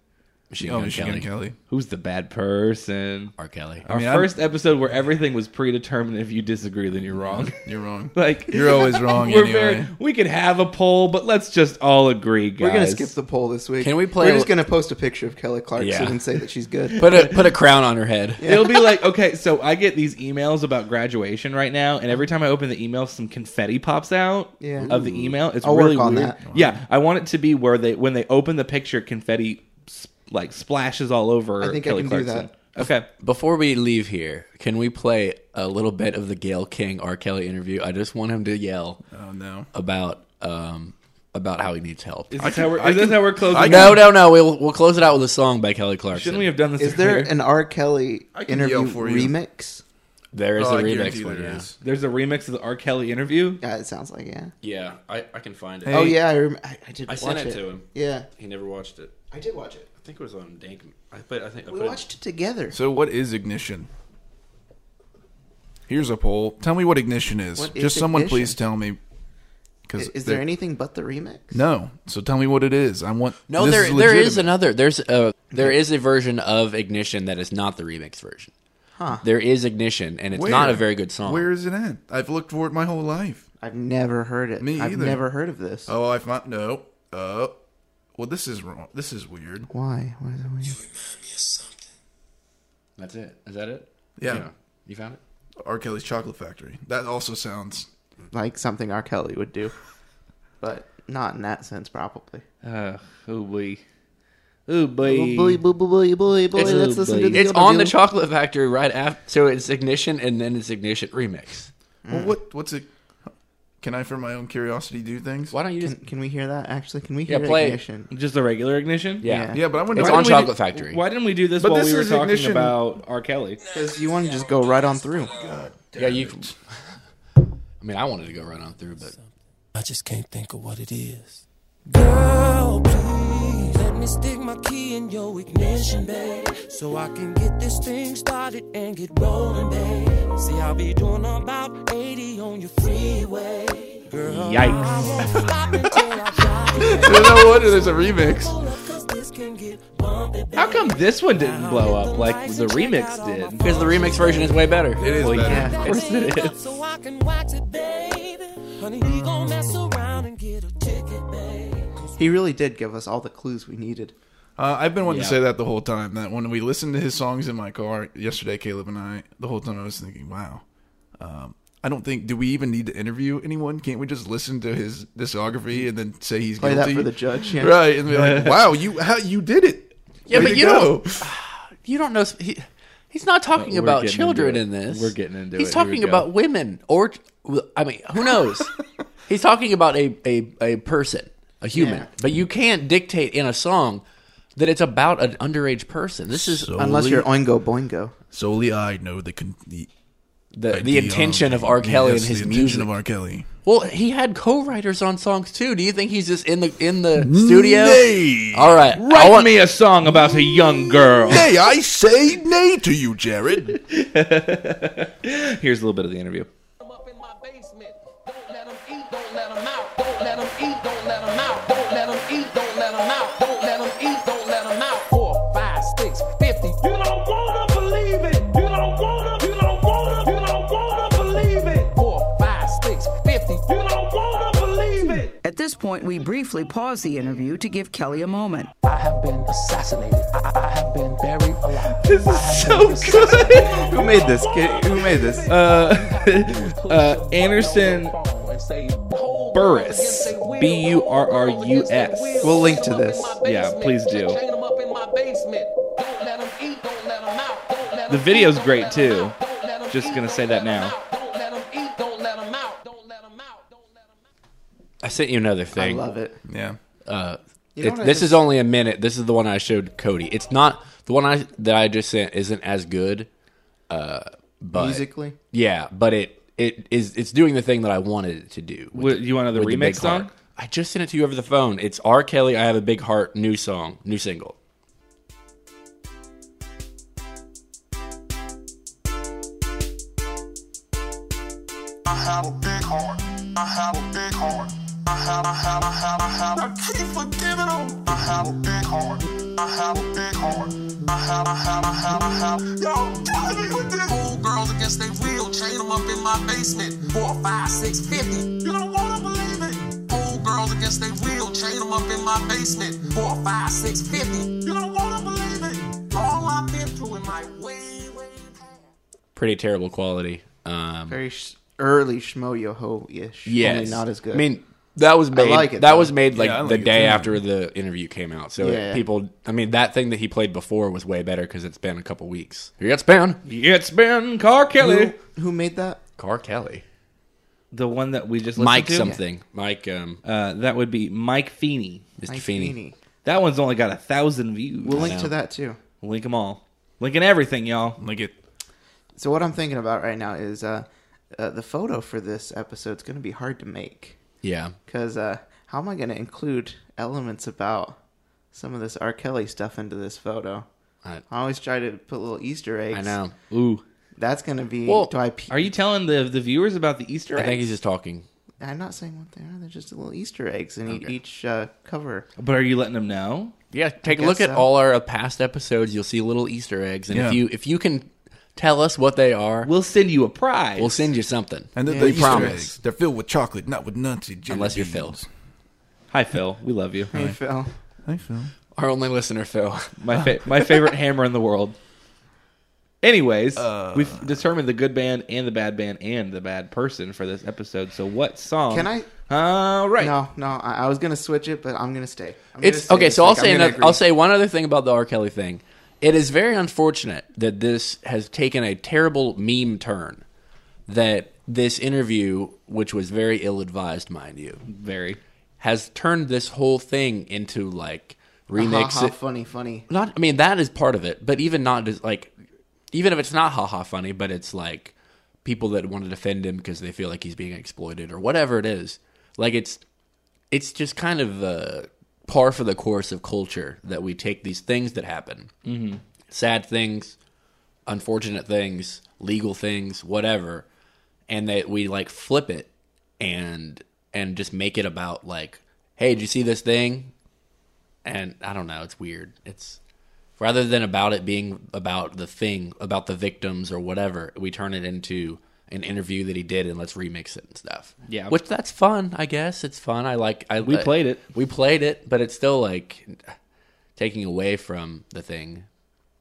Speaker 1: Machine
Speaker 3: Oh,
Speaker 1: Gun
Speaker 3: Machine
Speaker 1: Kelly.
Speaker 3: Gun Kelly.
Speaker 4: Who's the bad person?
Speaker 1: R. Kelly.
Speaker 4: Our
Speaker 3: mean, I'm-
Speaker 4: first episode where everything was predetermined. If you disagree, then you're wrong.
Speaker 3: You're wrong.
Speaker 4: like
Speaker 3: You're always wrong
Speaker 4: we're
Speaker 3: anyway.
Speaker 4: very, we could have a poll, but let's just all agree, guys.
Speaker 2: We're gonna skip the poll this week.
Speaker 1: Can we play
Speaker 2: We're
Speaker 1: a-
Speaker 2: just gonna post a picture of Kelly Clarkson
Speaker 1: Yeah.
Speaker 2: and say that she's good.
Speaker 1: Put a put a crown on her head.
Speaker 4: It'll be like, okay, so I get these emails about graduation right now, and every time I open the email, some confetti pops out
Speaker 2: Yeah.
Speaker 4: of the email. It's
Speaker 2: I'll work
Speaker 4: really
Speaker 2: on
Speaker 4: weird.
Speaker 2: that.
Speaker 4: Yeah, I want it to be where they when they open the picture, confetti s- like splashes all over.
Speaker 2: I think I
Speaker 4: Kelly
Speaker 2: can do
Speaker 4: Clarkson. Okay,
Speaker 1: Before we leave here, can we play a little bit of the Gail King R. Kelly interview? I just want him to yell
Speaker 3: Oh no.
Speaker 1: about um about how he needs help.
Speaker 4: is
Speaker 3: I
Speaker 4: this
Speaker 3: can-
Speaker 4: how we're,
Speaker 3: I
Speaker 4: is this
Speaker 3: can-
Speaker 4: how we're closing?
Speaker 3: I
Speaker 4: out?
Speaker 1: No,
Speaker 3: can-
Speaker 1: no, no. We'll we'll close it out with a song by Kelly Clarkson.
Speaker 4: Shouldn't we have done this?
Speaker 2: Is there
Speaker 4: earlier?
Speaker 2: an R. Kelly
Speaker 3: I can
Speaker 2: interview
Speaker 3: yell for you.
Speaker 2: remix?
Speaker 1: There is
Speaker 3: Oh,
Speaker 1: a
Speaker 3: I
Speaker 1: remix
Speaker 3: guarantee
Speaker 1: one.
Speaker 3: there
Speaker 1: Yeah,
Speaker 3: is.
Speaker 4: There's a remix of the R. Kelly interview.
Speaker 2: Yeah, it sounds like yeah.
Speaker 1: yeah. I, I can find it.
Speaker 3: Hey.
Speaker 2: Oh yeah, I, rem- I, I did.
Speaker 1: I
Speaker 2: watch
Speaker 1: sent it to him.
Speaker 2: Yeah,
Speaker 1: He never watched it.
Speaker 2: I did watch it.
Speaker 1: I think it was on Dank. I put. I think I
Speaker 2: We watched it together.
Speaker 3: So what is ignition? Here's a poll. Tell me what ignition is.
Speaker 2: What is
Speaker 3: Just someone
Speaker 2: ignition?
Speaker 3: please tell me.
Speaker 2: I-
Speaker 3: Because
Speaker 2: is there anything but the remix?
Speaker 3: No. So tell me what it is. I want.
Speaker 1: No,
Speaker 3: this
Speaker 1: there
Speaker 3: is
Speaker 1: there is
Speaker 3: legitimate.
Speaker 1: another. There's a there is a version of Ignition that is not the remix version.
Speaker 2: Huh.
Speaker 1: There is Ignition, and it's
Speaker 3: Where?
Speaker 1: not a very good song.
Speaker 3: Where is it at? I've looked for it my whole life.
Speaker 2: I've never heard it.
Speaker 3: Me
Speaker 2: I've
Speaker 3: either.
Speaker 2: never heard of this.
Speaker 3: Oh, I found no. Uh, well, this is wrong. This is weird.
Speaker 2: Why? What is it weird?
Speaker 1: That's it. Is that it?
Speaker 3: Yeah.
Speaker 1: You found it.
Speaker 3: R. Kelly's Chocolate Factory. That also sounds.
Speaker 2: Like something R. Kelly would do, but not in that sense, probably.
Speaker 4: Uh, oh boy, oh boy,
Speaker 2: Boo, boo, boo, boo, boo, boo, boo,
Speaker 1: It's-
Speaker 2: Let's listen to the
Speaker 1: It's on the
Speaker 2: interview.
Speaker 1: Chocolate Factory right after. So it's Ignition, and then it's Ignition remix.
Speaker 3: Well,
Speaker 1: Hmm.
Speaker 3: what? What's it? Can I, for my own curiosity, do things?
Speaker 1: Why don't you just?
Speaker 2: Can, can we hear that? Actually, can we
Speaker 1: Yeah,
Speaker 2: hear
Speaker 1: play it.
Speaker 2: ignition?
Speaker 4: Just a regular ignition.
Speaker 1: Yeah.
Speaker 3: Yeah, but I wonder.
Speaker 1: It's
Speaker 3: why
Speaker 1: on
Speaker 3: don't we do-
Speaker 1: Chocolate Factory.
Speaker 4: Why didn't we do this
Speaker 3: But
Speaker 4: while
Speaker 3: this
Speaker 4: we were
Speaker 3: is
Speaker 4: talking
Speaker 3: ignition.
Speaker 4: about R. Kelly?
Speaker 2: Because you want to just go right on through.
Speaker 1: Yeah, you. Can, I mean, I wanted to go right on through, but
Speaker 9: I just can't think of what it is. Girl, please let me stick my key in your ignition, babe, so I can get this thing started and get rolling, babe. See, I'll be doing about 80 on your freeway. Girl, I
Speaker 4: Yikes!
Speaker 9: won't stop until I got it.
Speaker 3: no wonder there's a remix.
Speaker 9: Hold up, 'cause this can get bumpy, babe.
Speaker 4: How come this one didn't blow up like the remix did?
Speaker 1: because the remix version is way better.
Speaker 3: It is better.
Speaker 2: Yeah.
Speaker 4: Of course it is.
Speaker 9: So I can wax it, babe. Honey, we gon' mess around and get a ticket, babe.
Speaker 2: He really did give us all the clues we needed.
Speaker 3: Uh, I've been wanting
Speaker 1: Yeah.
Speaker 3: to say that the whole time. That when we listened to his songs in my car yesterday, Caleb and I, the whole time I was thinking, wow. Um, I don't think. Do we even need to interview anyone? Can't we just listen to his discography and then say he's
Speaker 2: Play that
Speaker 3: guilty?
Speaker 2: for the judge. Yeah.
Speaker 3: right? And be like, wow, you how, you did it.
Speaker 1: Yeah,
Speaker 3: Way
Speaker 1: but
Speaker 3: to
Speaker 1: you
Speaker 3: go.
Speaker 1: You don't know. He, he's not talking
Speaker 4: We're
Speaker 1: about
Speaker 4: getting
Speaker 1: children
Speaker 4: into it.
Speaker 1: in this.
Speaker 4: We're getting into
Speaker 1: he's
Speaker 4: it.
Speaker 1: He's
Speaker 4: Here we
Speaker 1: talking
Speaker 4: go.
Speaker 1: about women, or I mean, who knows? he's talking about a, a a person, a human.
Speaker 2: Yeah.
Speaker 1: But you can't dictate in a song that it's about an underage person. This is
Speaker 2: Unless
Speaker 3: Solely-
Speaker 2: you're Oingo Boingo.
Speaker 3: solely I know the con- the,
Speaker 1: the the
Speaker 3: idea
Speaker 1: intention
Speaker 3: of-
Speaker 1: of R. Kelly
Speaker 3: um, yes,
Speaker 1: and his
Speaker 3: the
Speaker 1: music.
Speaker 3: intention of R. Kelly.
Speaker 1: well, he had co-writers on songs too. Do you think he's just in the in the studio?
Speaker 3: Nay.
Speaker 1: All right,
Speaker 4: Write me a song about a young girl.
Speaker 3: Nay, I say nay to you, Jared.
Speaker 4: Here's a little bit of the interview.
Speaker 10: them up in my basement. Don't let them eat, don't let them out. Don't let them eat, don't let them out. Don't let them eat, don't let them out. Don't let them eat, don't let them out. Four, five, six, fifty. You don't wanna believe it. You don't wanna, you don't wanna, you don't wanna believe it. Four, five, six, fifty. You don't wanna believe it.
Speaker 11: At this point, we briefly pause the interview to give Kelly a moment.
Speaker 10: I have been assassinated. I, I have been buried alive.
Speaker 4: This is so good.
Speaker 2: Who made this? Kid? Who made this?
Speaker 4: Uh, Anderson Burris, B U R R U S.
Speaker 2: We'll link to this.
Speaker 4: Yeah, please do.
Speaker 10: The
Speaker 4: video's great, too. Just gonna say that now.
Speaker 1: I sent you another
Speaker 2: I
Speaker 1: thing.
Speaker 2: love it.
Speaker 3: Yeah.
Speaker 1: Uh,
Speaker 2: know
Speaker 1: it-
Speaker 2: what I
Speaker 1: this
Speaker 2: just-
Speaker 1: is only a minute. This is the one I showed Cody. It's not the one I that I just sent. Isn't as good, uh, but
Speaker 2: Musically,
Speaker 1: yeah, but it it is it's doing the thing that I wanted it to do. with
Speaker 4: What-
Speaker 1: the-
Speaker 4: you want another
Speaker 1: with the
Speaker 4: remix
Speaker 1: big
Speaker 4: song?
Speaker 1: heart. I just sent it to you over the phone. It's R. Kelly. I have a big heart. New song, new single.
Speaker 12: have a big heart. I have a big heart. I have, I have, I have, I have. I keep forgiving them. I have a big heart. I have a big heart. I have, I have, I have, I have. Yo, tell me what this. Old girls against their will. Chain them up in my basement. Four, five, six, fifty. You don't wanna believe it. Old girls against their will. Chain them up in my basement. Four, five, six, fifty. You don't wanna believe it. All I've been through in my way, way past.
Speaker 1: Pretty terrible quality. Um,
Speaker 2: Very sh- early Shmo Yo Ho ish.
Speaker 1: yes,
Speaker 2: Only not as good.
Speaker 1: I mean, that was made.
Speaker 2: like it,
Speaker 1: that
Speaker 2: though.
Speaker 1: was made like
Speaker 3: Yeah, I like
Speaker 1: the
Speaker 3: it,
Speaker 1: day
Speaker 3: too.
Speaker 1: after the interview came out. So
Speaker 2: Yeah.
Speaker 1: people, I mean, that thing that he played before was way better because it's been a couple weeks. Here it's been
Speaker 4: It's been Car
Speaker 2: who,
Speaker 4: Kelly,
Speaker 2: who made that?
Speaker 1: Car Kelly,
Speaker 4: the one that we just listened
Speaker 1: Mike
Speaker 4: to.
Speaker 1: something, Mike, um,
Speaker 4: Uh, that would be Mike Feeney.
Speaker 1: Mr.
Speaker 2: Mike
Speaker 1: Feeney.
Speaker 2: Feeney.
Speaker 4: That one's only got a thousand views.
Speaker 2: We'll link
Speaker 1: know.
Speaker 2: to that too.
Speaker 4: Link them all. Linking everything, y'all.
Speaker 3: Like it.
Speaker 2: So what I'm thinking about right now is uh, uh, the photo for this episode's going to be hard to make
Speaker 1: Yeah,
Speaker 2: because uh, how am I going to include elements about some of this R. Kelly stuff into this photo?
Speaker 1: I,
Speaker 2: I always try to put little Easter eggs.
Speaker 1: I know.
Speaker 4: Ooh.
Speaker 2: That's going to be.
Speaker 1: Well,
Speaker 2: do I? Pe-
Speaker 4: Are you telling the the viewers about the Easter
Speaker 1: I
Speaker 4: egg?
Speaker 1: think he's just talking.
Speaker 2: I'm not saying what they are. They're just little Easter eggs in e- each uh, cover.
Speaker 4: but are you letting them know?
Speaker 1: Yeah, take a
Speaker 2: guess
Speaker 1: look at
Speaker 2: so.
Speaker 1: all our past episodes. You'll see little Easter eggs, and
Speaker 3: Yeah.
Speaker 1: if you if you can tell us what they are, we'll,
Speaker 4: We'll send you a prize.
Speaker 1: send you something.
Speaker 3: And then
Speaker 2: Yeah,
Speaker 3: the
Speaker 2: you
Speaker 3: Easter
Speaker 1: promise.
Speaker 3: eggs. They're filled with chocolate, not with nuts. and jelly
Speaker 1: Unless you're
Speaker 3: beans.
Speaker 1: Phil.
Speaker 4: Hi, Phil. We love you.
Speaker 2: Hey, Phil.
Speaker 3: Hey, Phil.
Speaker 1: Our only listener, Phil.
Speaker 4: My fa- my favorite hammer in the world. Anyways,
Speaker 1: Uh.
Speaker 4: we've determined the good band and the bad band and the bad person for this episode. So what song?
Speaker 2: Can I-
Speaker 4: All right.
Speaker 2: No, no. I, I was going to switch it, but I'm going to stay. I'm gonna
Speaker 1: It's
Speaker 2: stay
Speaker 1: okay.
Speaker 2: this
Speaker 1: So I'll
Speaker 2: week. I'm
Speaker 1: say
Speaker 2: gonna
Speaker 1: another,
Speaker 2: agree.
Speaker 1: I'll say one other thing about the R. Kelly thing. It is very unfortunate that this has taken a terrible meme turn. That this interview, which was very ill advised, mind you,
Speaker 4: Very.
Speaker 1: has turned this whole thing into like remix
Speaker 2: Ha, ha,
Speaker 1: it-
Speaker 2: funny, funny.
Speaker 1: not i mean that is part of it but even not just like even if it's not haha funny but it's like people that want to defend him because they feel like he's being exploited or whatever it is like it's it's just kind of uh, par for the course of culture that we take these things that happen mm-hmm. sad things unfortunate things legal things whatever and that we like flip it and and just make it about like hey did you see this thing and I don't know, it's weird. It's rather than about it being about the thing, about the victims or whatever, we turn it into an interview that he did and let's remix it and stuff.
Speaker 4: Yeah.
Speaker 1: Which that's fun, I guess. It's fun. I like I
Speaker 4: We played it.
Speaker 1: We played it, but it's still like taking away from the thing.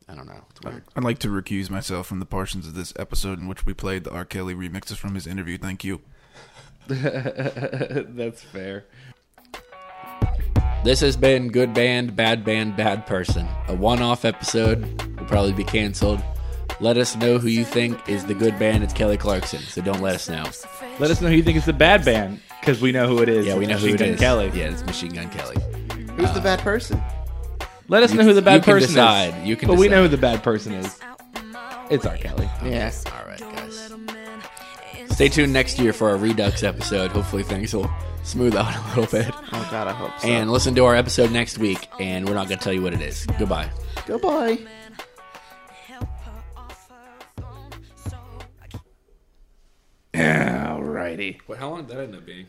Speaker 1: I don't know. It's weird.
Speaker 3: I'd like to recuse myself from the portions of this episode in which we played the R. Kelly remixes from his interview. Thank you.
Speaker 4: That's fair.
Speaker 1: This has been Good Band, Bad Band, Bad Person. A one off episode. Will probably be canceled. Let us know who you think is the good band. It's Kelly Clarkson, so don't let us know.
Speaker 4: Let us know who you think is the bad band because we know who it is.
Speaker 1: Yeah, we know who
Speaker 4: Machine
Speaker 1: it
Speaker 4: Gun
Speaker 1: is.
Speaker 4: Kelly.
Speaker 1: Yeah, it's Machine Gun Kelly.
Speaker 2: Who's the bad person?
Speaker 4: Let us know who the bad
Speaker 1: you can
Speaker 4: person
Speaker 1: decide.
Speaker 4: is.
Speaker 1: You can
Speaker 4: But we
Speaker 1: decide.
Speaker 4: know who the bad person is. It's R. Kelly.
Speaker 2: Yeah.
Speaker 1: All right, guys. Stay tuned next year for our Redux episode. Hopefully things will smooth out a little bit.
Speaker 2: Oh God, I hope so.
Speaker 1: And listen to our episode next week, and we're not going to tell you what it is. Goodbye.
Speaker 2: goodbye.
Speaker 12: Help her off her phone so I can
Speaker 4: Alrighty.
Speaker 1: Wait, how long did that end up being?